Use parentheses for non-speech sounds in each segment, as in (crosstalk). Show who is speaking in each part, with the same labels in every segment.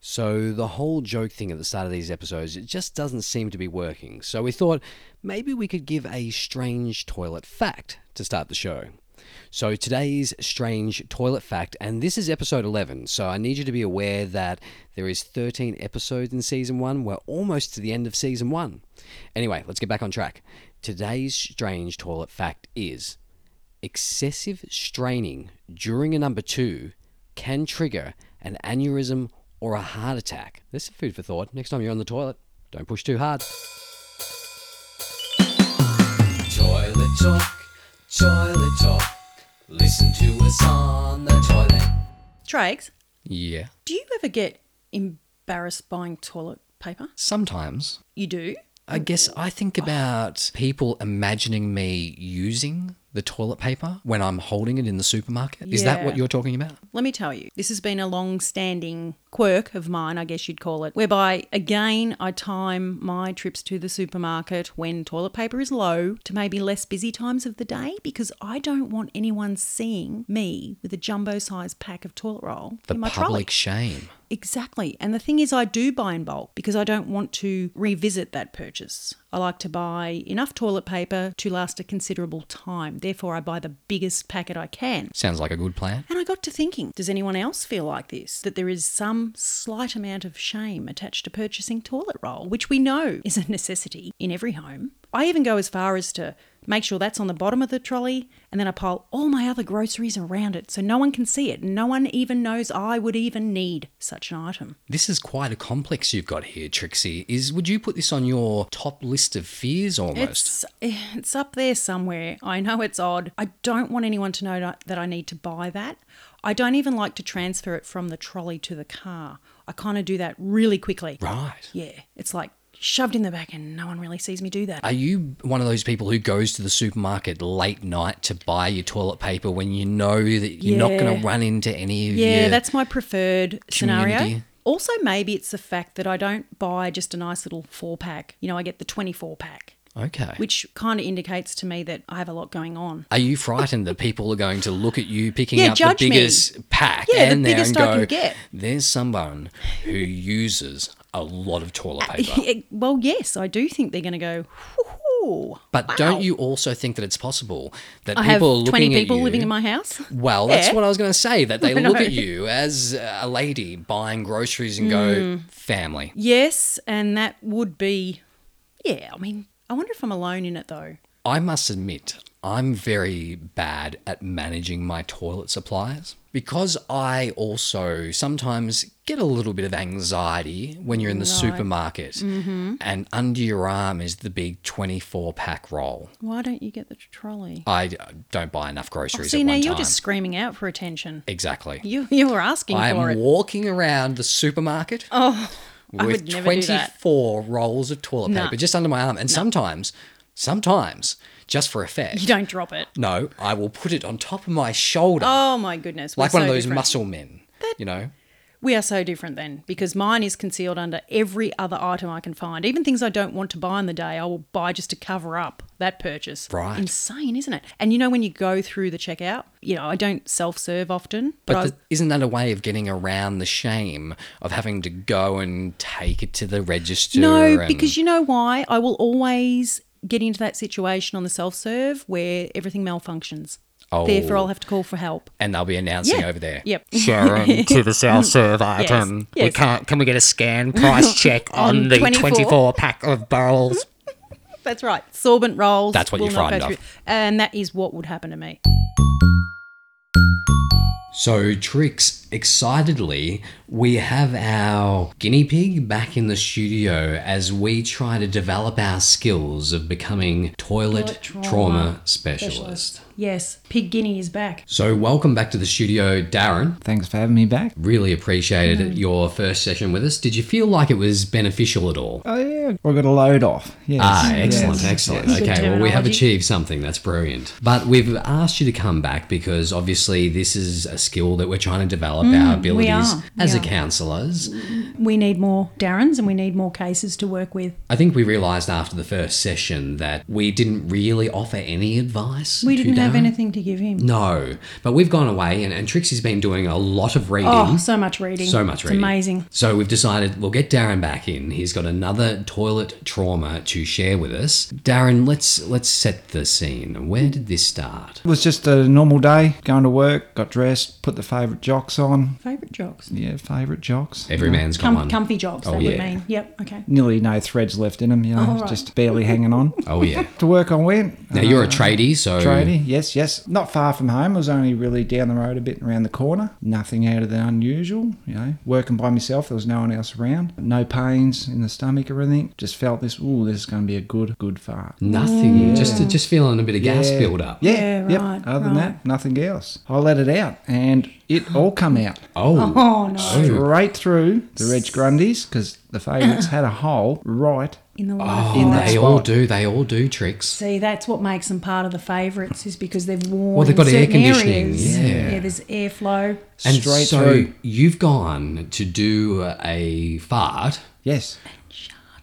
Speaker 1: So the whole joke thing at the start of these episodes, it just doesn't seem to be working. So we thought maybe we could give a strange toilet fact to start the show. So today's strange toilet fact, and this is episode 11. So I need you to be aware that there is 13 episodes in season one. We're almost to the end of season one. Anyway, let's get back on track. Today's strange toilet fact is excessive straining during a number two can trigger an aneurysm or a heart attack. This is food for thought. Next time you're on the toilet, don't push too hard. Toilet talk, toilet talk. Listen to us on the toilet.
Speaker 2: Trags,
Speaker 1: Yeah.
Speaker 2: do you ever get embarrassed buying toilet paper?
Speaker 3: Sometimes.
Speaker 2: You do?
Speaker 3: I guess I think about people imagining me using the toilet paper when I'm holding it in the supermarket. Is that
Speaker 2: Yeah.
Speaker 3: what you're talking about?
Speaker 2: Let me tell you, this has been a long standing quirk of mine, I guess you'd call it, whereby again I time my trips to the supermarket when toilet paper is low to maybe less busy times of the day because I don't want anyone seeing me with a jumbo sized pack of toilet roll
Speaker 3: The
Speaker 2: in my
Speaker 3: public
Speaker 2: trolley.
Speaker 3: shame.
Speaker 2: Exactly. And the thing is, I do buy in bulk because I don't want to revisit that purchase. I like to buy enough toilet paper to last a considerable time. Therefore, I buy the biggest packet I can.
Speaker 3: Sounds like a good plan.
Speaker 2: And I got to thinking, does anyone else feel like this? That there is some slight amount of shame attached to purchasing toilet roll, which we know is a necessity in every home. I even go as far as to make sure that's on the bottom of the trolley and then I pile all my other groceries around it so no one can see it. No one even knows I would even need such an item.
Speaker 3: This is quite a complex you've got here, Trixie. Is would you put this on your top list of fears almost?
Speaker 2: It's, it's up there somewhere. I know it's odd. I don't want anyone to know that- that I need to buy that. I don't even like to transfer it from the trolley to the car. I kind of do that really quickly.
Speaker 3: right.
Speaker 2: Yeah, it's like shoved in the back and no one really sees me do that.
Speaker 3: Are you one of those people who goes to the supermarket late night to buy your toilet paper when you know that you're not going
Speaker 2: Yeah.
Speaker 3: to run into any of
Speaker 2: yeah,
Speaker 3: your
Speaker 2: that's my preferred scenario.
Speaker 3: community.
Speaker 2: Also, maybe it's the fact that I don't buy just a nice little four pack. You know, I get the 24 pack,
Speaker 3: Okay.
Speaker 2: which kind of indicates to me that I have a lot going on.
Speaker 3: Are you frightened that people are going to look at
Speaker 2: (laughs)
Speaker 3: you picking
Speaker 2: Yeah,
Speaker 3: up the
Speaker 2: judge me.
Speaker 3: biggest pack
Speaker 2: Yeah, the
Speaker 3: and there
Speaker 2: biggest
Speaker 3: and go,
Speaker 2: I can get.
Speaker 3: there's someone who uses a lot of toilet
Speaker 2: (laughs)
Speaker 3: paper?
Speaker 2: Yeah, well, yes, I do think they're going to go. "Whoo-hoo,
Speaker 3: But
Speaker 2: wow."
Speaker 3: don't you also think that it's possible that
Speaker 2: I
Speaker 3: people
Speaker 2: have
Speaker 3: are looking
Speaker 2: twenty
Speaker 3: at
Speaker 2: people
Speaker 3: you,
Speaker 2: living in my house.
Speaker 3: Well, that's
Speaker 2: Yeah.
Speaker 3: what I was going to say. That they
Speaker 2: (laughs) I
Speaker 3: look
Speaker 2: know.
Speaker 3: at you as a lady buying groceries and
Speaker 2: Hmm.
Speaker 3: go, family.
Speaker 2: Yes, and that would be. Yeah, I mean, I wonder if I'm alone in it though.
Speaker 3: I must admit, I'm very bad at managing my toilet supplies because I also sometimes get a little bit of anxiety when you're in the supermarket
Speaker 2: Mm-hmm.
Speaker 3: and under your arm is the big 24 pack roll.
Speaker 2: Why don't you get the trolley?
Speaker 3: I d- don't buy enough groceries
Speaker 2: Oh, See,
Speaker 3: at
Speaker 2: now
Speaker 3: one
Speaker 2: you're
Speaker 3: time.
Speaker 2: just screaming out for attention.
Speaker 3: Exactly.
Speaker 2: You you were asking
Speaker 3: I
Speaker 2: for
Speaker 3: am
Speaker 2: it. Oh,
Speaker 3: walking around the supermarket with
Speaker 2: I would never do that.
Speaker 3: 24 rolls of toilet
Speaker 2: No.
Speaker 3: paper just under my arm. And sometimes, sometimes, just for effect,
Speaker 2: You don't drop it.
Speaker 3: No, I will put it on top of my shoulder,
Speaker 2: Oh my goodness! we're
Speaker 3: like one of
Speaker 2: so
Speaker 3: those
Speaker 2: different.
Speaker 3: muscle men. you know,
Speaker 2: We are so different then, because mine is concealed under every other item I can find. Even things I don't want to buy on the day, I will buy just to cover up that purchase.
Speaker 3: Right.
Speaker 2: Insane, isn't it? And you know, when you go through the checkout, you know, I don't self serve often, but,
Speaker 3: but
Speaker 2: I,
Speaker 3: th- isn't that a way of getting around the shame of having to go and take it to the register?
Speaker 2: No,
Speaker 3: and-
Speaker 2: because you know why? I will always get into that situation on the self serve where everything malfunctions.
Speaker 3: Oh.
Speaker 2: Therefore, I'll have to call for help.
Speaker 3: and they'll be announcing over there.
Speaker 2: Yep. (laughs)
Speaker 4: Sharon to the South Serve item. We
Speaker 2: yes.
Speaker 4: can't. Can we get a scan
Speaker 2: (laughs)
Speaker 4: price check on,
Speaker 2: On
Speaker 4: the
Speaker 2: 24?
Speaker 4: 24 pack of barrels?
Speaker 2: That's right. Sorbent rolls.
Speaker 3: That's what
Speaker 2: will
Speaker 3: you're
Speaker 2: not go
Speaker 3: frightened of.
Speaker 2: through. And that is what would happen to me.
Speaker 3: So, Trix, excitedly, we have our guinea pig back in the studio as we try to develop our skills of becoming toilet,
Speaker 2: Toilet
Speaker 3: trauma,
Speaker 2: trauma
Speaker 3: specialist.
Speaker 2: Yes, Pig Guinea is back.
Speaker 3: So, welcome back to the studio, Darren.
Speaker 5: Thanks for having me back.
Speaker 3: really appreciated your first session with us. Did you feel like it was beneficial at all?
Speaker 5: Oh yeah, I got a load off. Yes.
Speaker 3: Ah, excellent,
Speaker 5: Yes.
Speaker 3: excellent. Okay, well, we have
Speaker 2: terminology.
Speaker 3: achieved something. That's brilliant. But we've asked you to come back because obviously this is a skill that we're trying to develop our abilities
Speaker 2: are,
Speaker 3: as are counsellors.
Speaker 2: We need more Darrens and we need more cases to work with.
Speaker 3: I think we realised after the first session that we didn't really offer any advice.
Speaker 2: We
Speaker 3: to
Speaker 2: didn't have
Speaker 3: Darren.
Speaker 2: anything to give him.
Speaker 3: No, but we've gone away, and, and Trixie's been doing a lot of reading.
Speaker 2: Oh, so much reading.
Speaker 3: So much
Speaker 2: It's
Speaker 3: reading.
Speaker 2: amazing.
Speaker 3: So we've decided we'll get Darren back in. He's got another toilet trauma to share with us. Darren, let's let's set the scene. Where did this start?
Speaker 5: It was just a normal day, going to work, got dressed, put the favourite jocks on.
Speaker 2: Favorite jobs.
Speaker 5: Yeah, favourite jocks.
Speaker 2: Mm.
Speaker 3: Every man's got
Speaker 2: Com-
Speaker 3: one.
Speaker 2: comfy jobs,
Speaker 3: Oh,
Speaker 2: that would
Speaker 3: yeah.
Speaker 2: mean.
Speaker 3: (laughs)
Speaker 2: Yep, okay.
Speaker 5: Nearly no threads left in them, you know,
Speaker 2: Oh, right.
Speaker 5: just barely hanging on.
Speaker 3: Oh yeah.
Speaker 5: to work I went. Uh,
Speaker 3: Now
Speaker 2: (laughs)
Speaker 3: you're a tradie, so
Speaker 5: Tradie, yes, yes. Not far from home. It was only really down the road a bit and around the corner. Nothing out of the unusual, you know. Working by myself, there was no one else around. No pains in the stomach or anything. Just felt this, ooh, this is going to be a good, good fart.
Speaker 3: nothing. Just just feeling a bit of gas
Speaker 5: Yeah.
Speaker 3: build up.
Speaker 5: Yeah,
Speaker 2: Yeah,
Speaker 5: yep.
Speaker 2: right,
Speaker 5: Other than
Speaker 2: right.
Speaker 5: that, nothing else. I let it out and it all
Speaker 3: (coughs)
Speaker 5: come out.
Speaker 3: Oh.
Speaker 2: Oh, no.
Speaker 5: Straight through the Reg Grundys because the favourites had a hole right.
Speaker 2: In the
Speaker 3: Oh,
Speaker 2: life.
Speaker 5: In that
Speaker 3: they
Speaker 5: spot.
Speaker 3: all do. They all do tricks.
Speaker 2: See, that's what makes them part of the favourites is because they've worn
Speaker 3: Well, they've got
Speaker 2: in
Speaker 3: air
Speaker 2: certain
Speaker 3: conditioning,
Speaker 2: areas.
Speaker 3: yeah.
Speaker 2: there's airflow.
Speaker 3: (coughs) And
Speaker 5: straight
Speaker 3: so
Speaker 5: through.
Speaker 3: you've gone to do a fart
Speaker 5: Yes.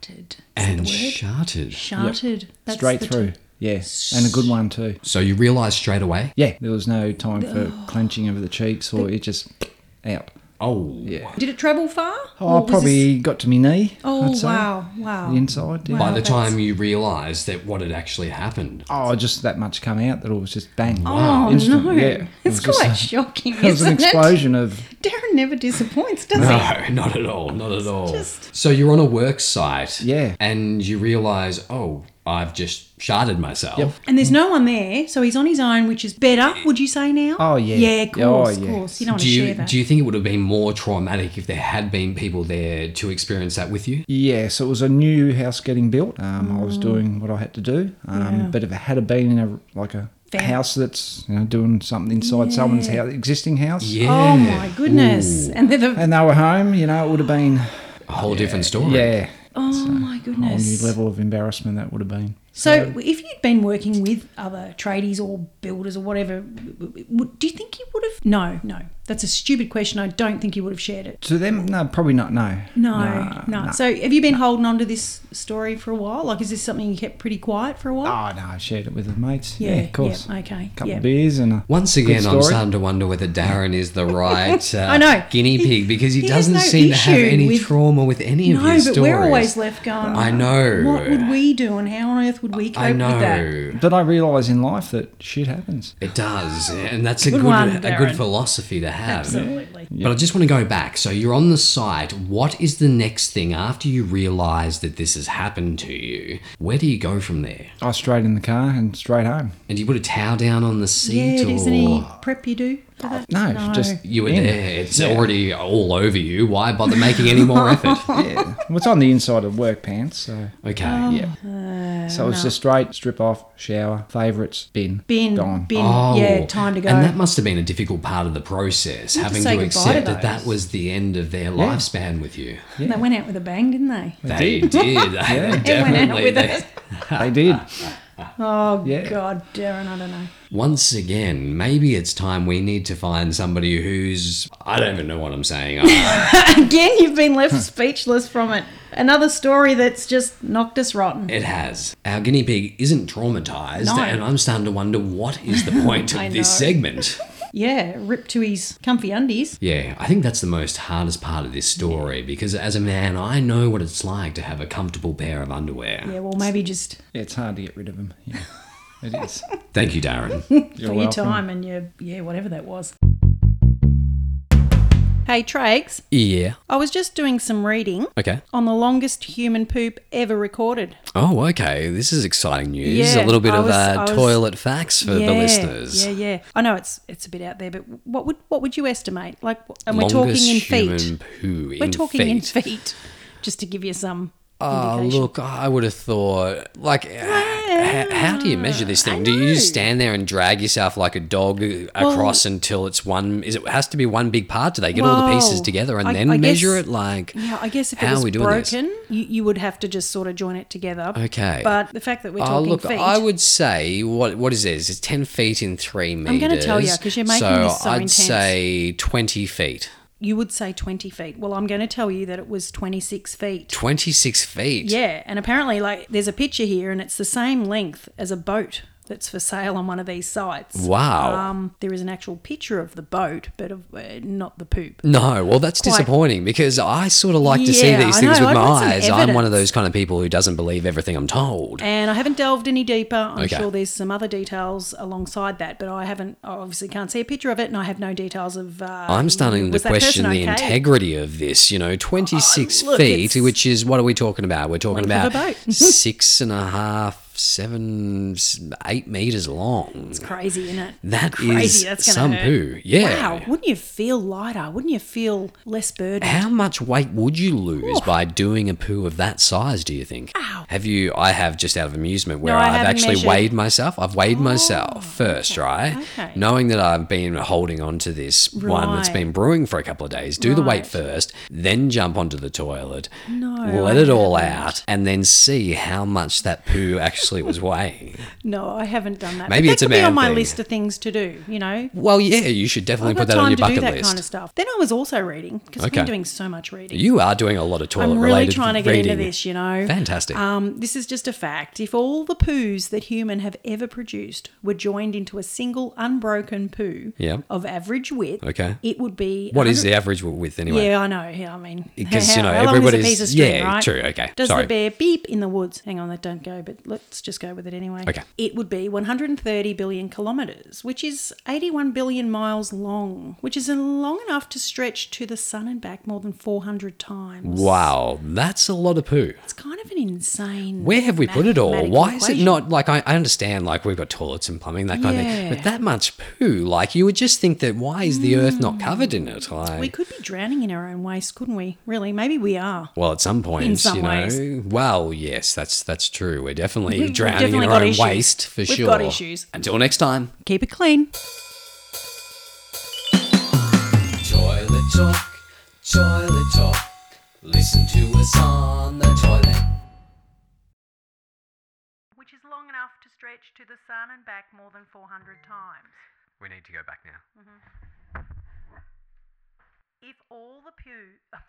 Speaker 2: Sharted.
Speaker 3: and sharted.
Speaker 2: Sharted. That's
Speaker 5: straight
Speaker 2: the
Speaker 5: through. Yes. And a good one too.
Speaker 3: So you realise straight away.
Speaker 5: Yeah, there was no
Speaker 2: (gasps)
Speaker 5: time for clenching over the cheeks or it just (coughs) out.
Speaker 3: Oh.
Speaker 5: Yeah.
Speaker 2: Did it travel far?
Speaker 5: Oh,
Speaker 2: Or
Speaker 5: I
Speaker 2: was
Speaker 5: probably got to my knee.
Speaker 2: Oh,
Speaker 5: I'd say.
Speaker 2: wow, wow.
Speaker 5: The inside. Yeah.
Speaker 2: Wow.
Speaker 3: By the
Speaker 2: that's-
Speaker 3: time you realise that what had actually happened.
Speaker 5: Oh, just that much come out that it was just bang.
Speaker 2: Oh,
Speaker 5: Ah, Instant.
Speaker 2: no.
Speaker 5: Yeah. (laughs) It
Speaker 2: It's
Speaker 5: was just-
Speaker 2: quite shocking,
Speaker 5: It was an
Speaker 2: isn't
Speaker 5: explosion of
Speaker 2: it? Darren never disappoints, does he?
Speaker 3: No, (laughs) not at all. Not at all.
Speaker 2: just-
Speaker 3: So you're on a work site.
Speaker 5: Yeah.
Speaker 3: And you realise, oh, I've just sharted myself.
Speaker 5: Yep.
Speaker 2: And there's no one there, so he's on his own, which is better, would you say now?
Speaker 5: Oh, yeah.
Speaker 2: Yeah, of
Speaker 5: Oh,
Speaker 2: course, of
Speaker 5: yeah.
Speaker 2: course. You don't want
Speaker 3: Do
Speaker 2: to share
Speaker 3: you
Speaker 2: that.
Speaker 3: do you think it would have been more traumatic if there had been people there to experience that with you?
Speaker 5: Yeah, so it was a new house getting built. Um, I was doing what I had to do. Um, But if it had been in a like a
Speaker 2: Fair.
Speaker 5: house that's you know doing something inside someone's house, existing house,
Speaker 3: Yeah.
Speaker 2: Oh my goodness! And they're the
Speaker 5: and they were home, you know, it would have been
Speaker 3: A whole different story.
Speaker 5: yeah,
Speaker 2: oh my
Speaker 5: a whole new
Speaker 2: goodness.
Speaker 5: level of embarrassment that would have been.
Speaker 2: So, if you'd been working with other tradies or builders or whatever, w- w- do you think you would have? No, no, that's a stupid question. I don't think you would have shared it.
Speaker 5: To them, no, probably not. No,
Speaker 2: No,
Speaker 5: Nah,
Speaker 2: no.
Speaker 5: nah.
Speaker 2: So, have you been holding on to this story for a while? Like, is this something you kept pretty quiet for a while?
Speaker 5: Oh no, I shared it with the
Speaker 3: Oh,
Speaker 5: mates. Yeah, of course.
Speaker 2: Yeah, okay.
Speaker 5: couple
Speaker 2: yeah.
Speaker 5: of beers and a
Speaker 3: Once again, I'm
Speaker 5: story.
Speaker 3: starting to wonder whether Darren is the right uh,
Speaker 2: (laughs) I know.
Speaker 3: guinea pig because he,
Speaker 2: He has
Speaker 3: doesn't
Speaker 2: no
Speaker 3: seem to have
Speaker 2: issue
Speaker 3: any
Speaker 2: with-
Speaker 3: trauma with any
Speaker 2: No,
Speaker 3: of his
Speaker 2: but
Speaker 3: stories.
Speaker 2: we're always left going.
Speaker 3: I know.
Speaker 2: What would we do, and how on earth would we cope
Speaker 3: I know.
Speaker 2: with that?
Speaker 5: Did I realise in life that shit happens?
Speaker 3: It does, and that's a
Speaker 2: Good
Speaker 3: good,
Speaker 2: one,
Speaker 3: a good
Speaker 2: Darren.
Speaker 3: philosophy to have.
Speaker 2: Absolutely.
Speaker 3: But I just want to go back. So you're on the site. What is the next thing after you realise that this has happened to you? Where do you go from there?
Speaker 5: I was straight in the car and straight home.
Speaker 3: And do you put a towel down on the
Speaker 2: Yeah,
Speaker 3: seat,
Speaker 2: it
Speaker 3: or
Speaker 2: is any prep you do for that?
Speaker 5: No, just
Speaker 3: you were
Speaker 5: in.
Speaker 3: there? It's already all over you. Why bother making any more effort?
Speaker 2: (laughs)
Speaker 5: Yeah, well, it's on the inside of work pants, so
Speaker 3: Okay.
Speaker 2: Um,
Speaker 5: yeah. so it's just straight strip off, shower, favourites,
Speaker 2: (laughs)
Speaker 5: bin,
Speaker 2: Bin,
Speaker 5: gone.
Speaker 2: bin, yeah, time to go.
Speaker 3: Oh. And that must have been a difficult part of the process,
Speaker 2: have to
Speaker 3: having
Speaker 2: say
Speaker 3: to,
Speaker 2: goodbye to
Speaker 3: accept that
Speaker 2: those.
Speaker 3: that was the end of their lifespan with you.
Speaker 2: They went out with a bang, didn't they?
Speaker 3: They
Speaker 2: (laughs)
Speaker 3: did. They
Speaker 2: They went out
Speaker 3: definitely.
Speaker 2: with
Speaker 3: they-
Speaker 2: a
Speaker 5: They did.
Speaker 2: Oh
Speaker 5: Yeah.
Speaker 2: God, Darren, I don't know.
Speaker 3: Once again, maybe it's time we need to find somebody who's. I don't even know what I'm saying.
Speaker 2: (laughs)
Speaker 3: I-
Speaker 2: (laughs) Again, you've been left (laughs) speechless from it. Another story that's just knocked us rotten.
Speaker 3: it has. Our guinea pig isn't traumatized,
Speaker 2: No.
Speaker 3: and I'm starting to wonder what is the
Speaker 2: (laughs)
Speaker 3: point
Speaker 2: I
Speaker 3: of this
Speaker 2: know.
Speaker 3: segment?
Speaker 2: Yeah, ripped to his comfy undies.
Speaker 3: Yeah, I think that's the most hardest part of this story because as a man, I know what it's like to have a comfortable pair of underwear.
Speaker 2: Yeah, well, maybe just
Speaker 5: Yeah, it's hard to get rid of them. Yeah, it is.
Speaker 3: Thank you, Darren.
Speaker 5: You're
Speaker 2: for your
Speaker 5: welcome.
Speaker 2: time and your yeah, whatever that was. Hey, Trags,
Speaker 3: (laughs) yeah.
Speaker 2: I was just doing some reading
Speaker 3: Okay.
Speaker 2: on the longest human poop ever recorded.
Speaker 3: Oh, okay. This is exciting news.
Speaker 2: Yeah,
Speaker 3: a little bit
Speaker 2: I
Speaker 3: of
Speaker 2: was-
Speaker 3: uh,
Speaker 2: I was-
Speaker 3: toilet facts for the listeners.
Speaker 2: Yeah, yeah. I know it's it's a bit out there, but what would what would you estimate? Like, and we're
Speaker 3: Longest
Speaker 2: talking in feet.
Speaker 3: human poo in
Speaker 2: we're talking in
Speaker 3: feet.
Speaker 2: feet, just to give you some.
Speaker 3: Oh,
Speaker 2: indication.
Speaker 3: look, I would have thought, like, h- h- how do you measure this thing? Do you just stand there and drag yourself like a dog uh, across until it's one? Is it has to be one big part? Do they get all the pieces
Speaker 2: Whoa.
Speaker 3: together and
Speaker 2: I-
Speaker 3: then
Speaker 2: I
Speaker 3: measure
Speaker 2: guess-
Speaker 3: it? Like,
Speaker 2: Yeah, I guess if
Speaker 3: how
Speaker 2: it
Speaker 3: are
Speaker 2: was
Speaker 3: we doing this?
Speaker 2: broken, you, you would have to just sort of join it together.
Speaker 3: Okay.
Speaker 2: But the fact that we're
Speaker 3: Oh,
Speaker 2: talking
Speaker 3: look,
Speaker 2: feet,
Speaker 3: I would say what what is this? It's ten feet in three meters.
Speaker 2: I'm gonna tell ya, 'cause you're making
Speaker 3: so
Speaker 2: this so
Speaker 3: I'd
Speaker 2: intense.
Speaker 3: say twenty feet.
Speaker 2: You would say 20 feet. Well, I'm going to tell you that it was 26 feet.
Speaker 3: 26 feet.
Speaker 2: Yeah, and apparently, like, there's a picture here, and it's the same length as a boat that's for sale on one of these sites.
Speaker 3: Wow.
Speaker 2: Um, there is an actual picture of the boat, but of, uh, not the poop.
Speaker 3: no, well, that's
Speaker 2: Quite-
Speaker 3: disappointing because I sort of like to see
Speaker 2: Yeah,
Speaker 3: these
Speaker 2: I
Speaker 3: things
Speaker 2: know,
Speaker 3: with
Speaker 2: I
Speaker 3: my
Speaker 2: want some
Speaker 3: eyes. I'm one of
Speaker 2: evidence.
Speaker 3: those kind of people who doesn't believe everything I'm told.
Speaker 2: And I haven't delved any deeper. I'm
Speaker 3: Okay.
Speaker 2: sure there's some other details alongside that, but I haven't. I obviously can't see a picture of it, and I have no details of. Uh,
Speaker 3: I'm starting to
Speaker 2: was that
Speaker 3: question
Speaker 2: person
Speaker 3: the
Speaker 2: okay?
Speaker 3: integrity of this. You know, 26
Speaker 2: Oh, look,
Speaker 3: feet,
Speaker 2: it's-
Speaker 3: which is what are we talking about? We're talking
Speaker 2: Length of
Speaker 3: about
Speaker 2: a boat. (laughs)
Speaker 3: six and a half, seven, s- eight meters long.
Speaker 2: It's crazy, isn't it?
Speaker 3: That
Speaker 2: crazy.
Speaker 3: is
Speaker 2: That's gonna
Speaker 3: some
Speaker 2: hurt.
Speaker 3: poo. Yeah.
Speaker 2: Wow. Wouldn't you feel lighter? Wouldn't you feel less burdened?
Speaker 3: How much weight would you lose by doing a poo of that size, do you think?
Speaker 2: Ow.
Speaker 3: Have you? I have just out of amusement where
Speaker 2: No, I
Speaker 3: I've
Speaker 2: haven't
Speaker 3: actually
Speaker 2: measured. Oh,
Speaker 3: weighed myself. I've weighed myself first, right?
Speaker 2: okay.
Speaker 3: Knowing that I've been holding on to this one that's
Speaker 2: Right.
Speaker 3: been brewing for a couple of days, do the weight
Speaker 2: Right.
Speaker 3: first, then jump onto the toilet,
Speaker 2: No,
Speaker 3: let
Speaker 2: I
Speaker 3: it all
Speaker 2: haven't.
Speaker 3: out, and then see how much that poo actually was
Speaker 2: (laughs)
Speaker 3: weighing.
Speaker 2: No, I haven't done that.
Speaker 3: Maybe
Speaker 2: but
Speaker 3: it's a
Speaker 2: that could be
Speaker 3: man
Speaker 2: on my
Speaker 3: thing.
Speaker 2: list of things to do. You know,
Speaker 3: Well, yeah, you should definitely
Speaker 2: I've
Speaker 3: put
Speaker 2: got
Speaker 3: that on
Speaker 2: time
Speaker 3: your
Speaker 2: to do
Speaker 3: bucket
Speaker 2: that
Speaker 3: list.
Speaker 2: kind of stuff. Then I was also reading because I've
Speaker 3: Okay.
Speaker 2: been doing so much reading.
Speaker 3: you are doing a lot of toilet
Speaker 2: I'm really
Speaker 3: related
Speaker 2: trying to get
Speaker 3: reading.
Speaker 2: into this, you know.
Speaker 3: Fantastic.
Speaker 2: Um, this is just a fact. If all the poos that human have ever produced were joined into a single unbroken poo
Speaker 3: Yeah.
Speaker 2: of average width,
Speaker 3: Okay.
Speaker 2: it would be
Speaker 3: What is
Speaker 2: 100
Speaker 3: the average width anyway?
Speaker 2: Yeah, I know. Yeah, I mean, (laughs)
Speaker 3: Because, you know,
Speaker 2: how long is a
Speaker 3: everybody's-
Speaker 2: piece of string,
Speaker 3: yeah,
Speaker 2: right?
Speaker 3: true, okay,
Speaker 2: Does
Speaker 3: sorry.
Speaker 2: the bear beep in the woods? Hang on, that don't go, but let's just go with it anyway.
Speaker 3: Okay.
Speaker 2: It would be 130 billion kilometres, which is 81 billion miles long, which is long enough to stretch to the sun and back more than 400 times.
Speaker 3: Wow, that's a lot of poo.
Speaker 2: It's kind of an insane.
Speaker 3: Where have we put it all?
Speaker 2: mathematical
Speaker 3: Why is it
Speaker 2: equation.
Speaker 3: not like I, I understand like we've got toilets and plumbing that kind of thing,
Speaker 2: Yeah.
Speaker 3: but that much poo, like you would just think that why is the earth not covered in it? Like,
Speaker 2: We could be drowning in our own waste, couldn't we? Really? Maybe we are.
Speaker 3: well, at some point,
Speaker 2: some
Speaker 3: you know,
Speaker 2: ways.
Speaker 3: well, yes, that's that's true. We're definitely drowning
Speaker 2: definitely
Speaker 3: in our
Speaker 2: got
Speaker 3: own
Speaker 2: issues.
Speaker 3: waste for
Speaker 2: We've
Speaker 3: sure.
Speaker 2: got issues.
Speaker 3: Until next time.
Speaker 2: Keep it clean.
Speaker 3: Toilet talk, toilet talk. Listen to us on the toilet.
Speaker 6: which is long enough to stretch to the sun and back more than 400 times. Mm-hmm.
Speaker 7: We need to go back now.
Speaker 6: (laughs)
Speaker 7: (laughs)
Speaker 6: If all the poo.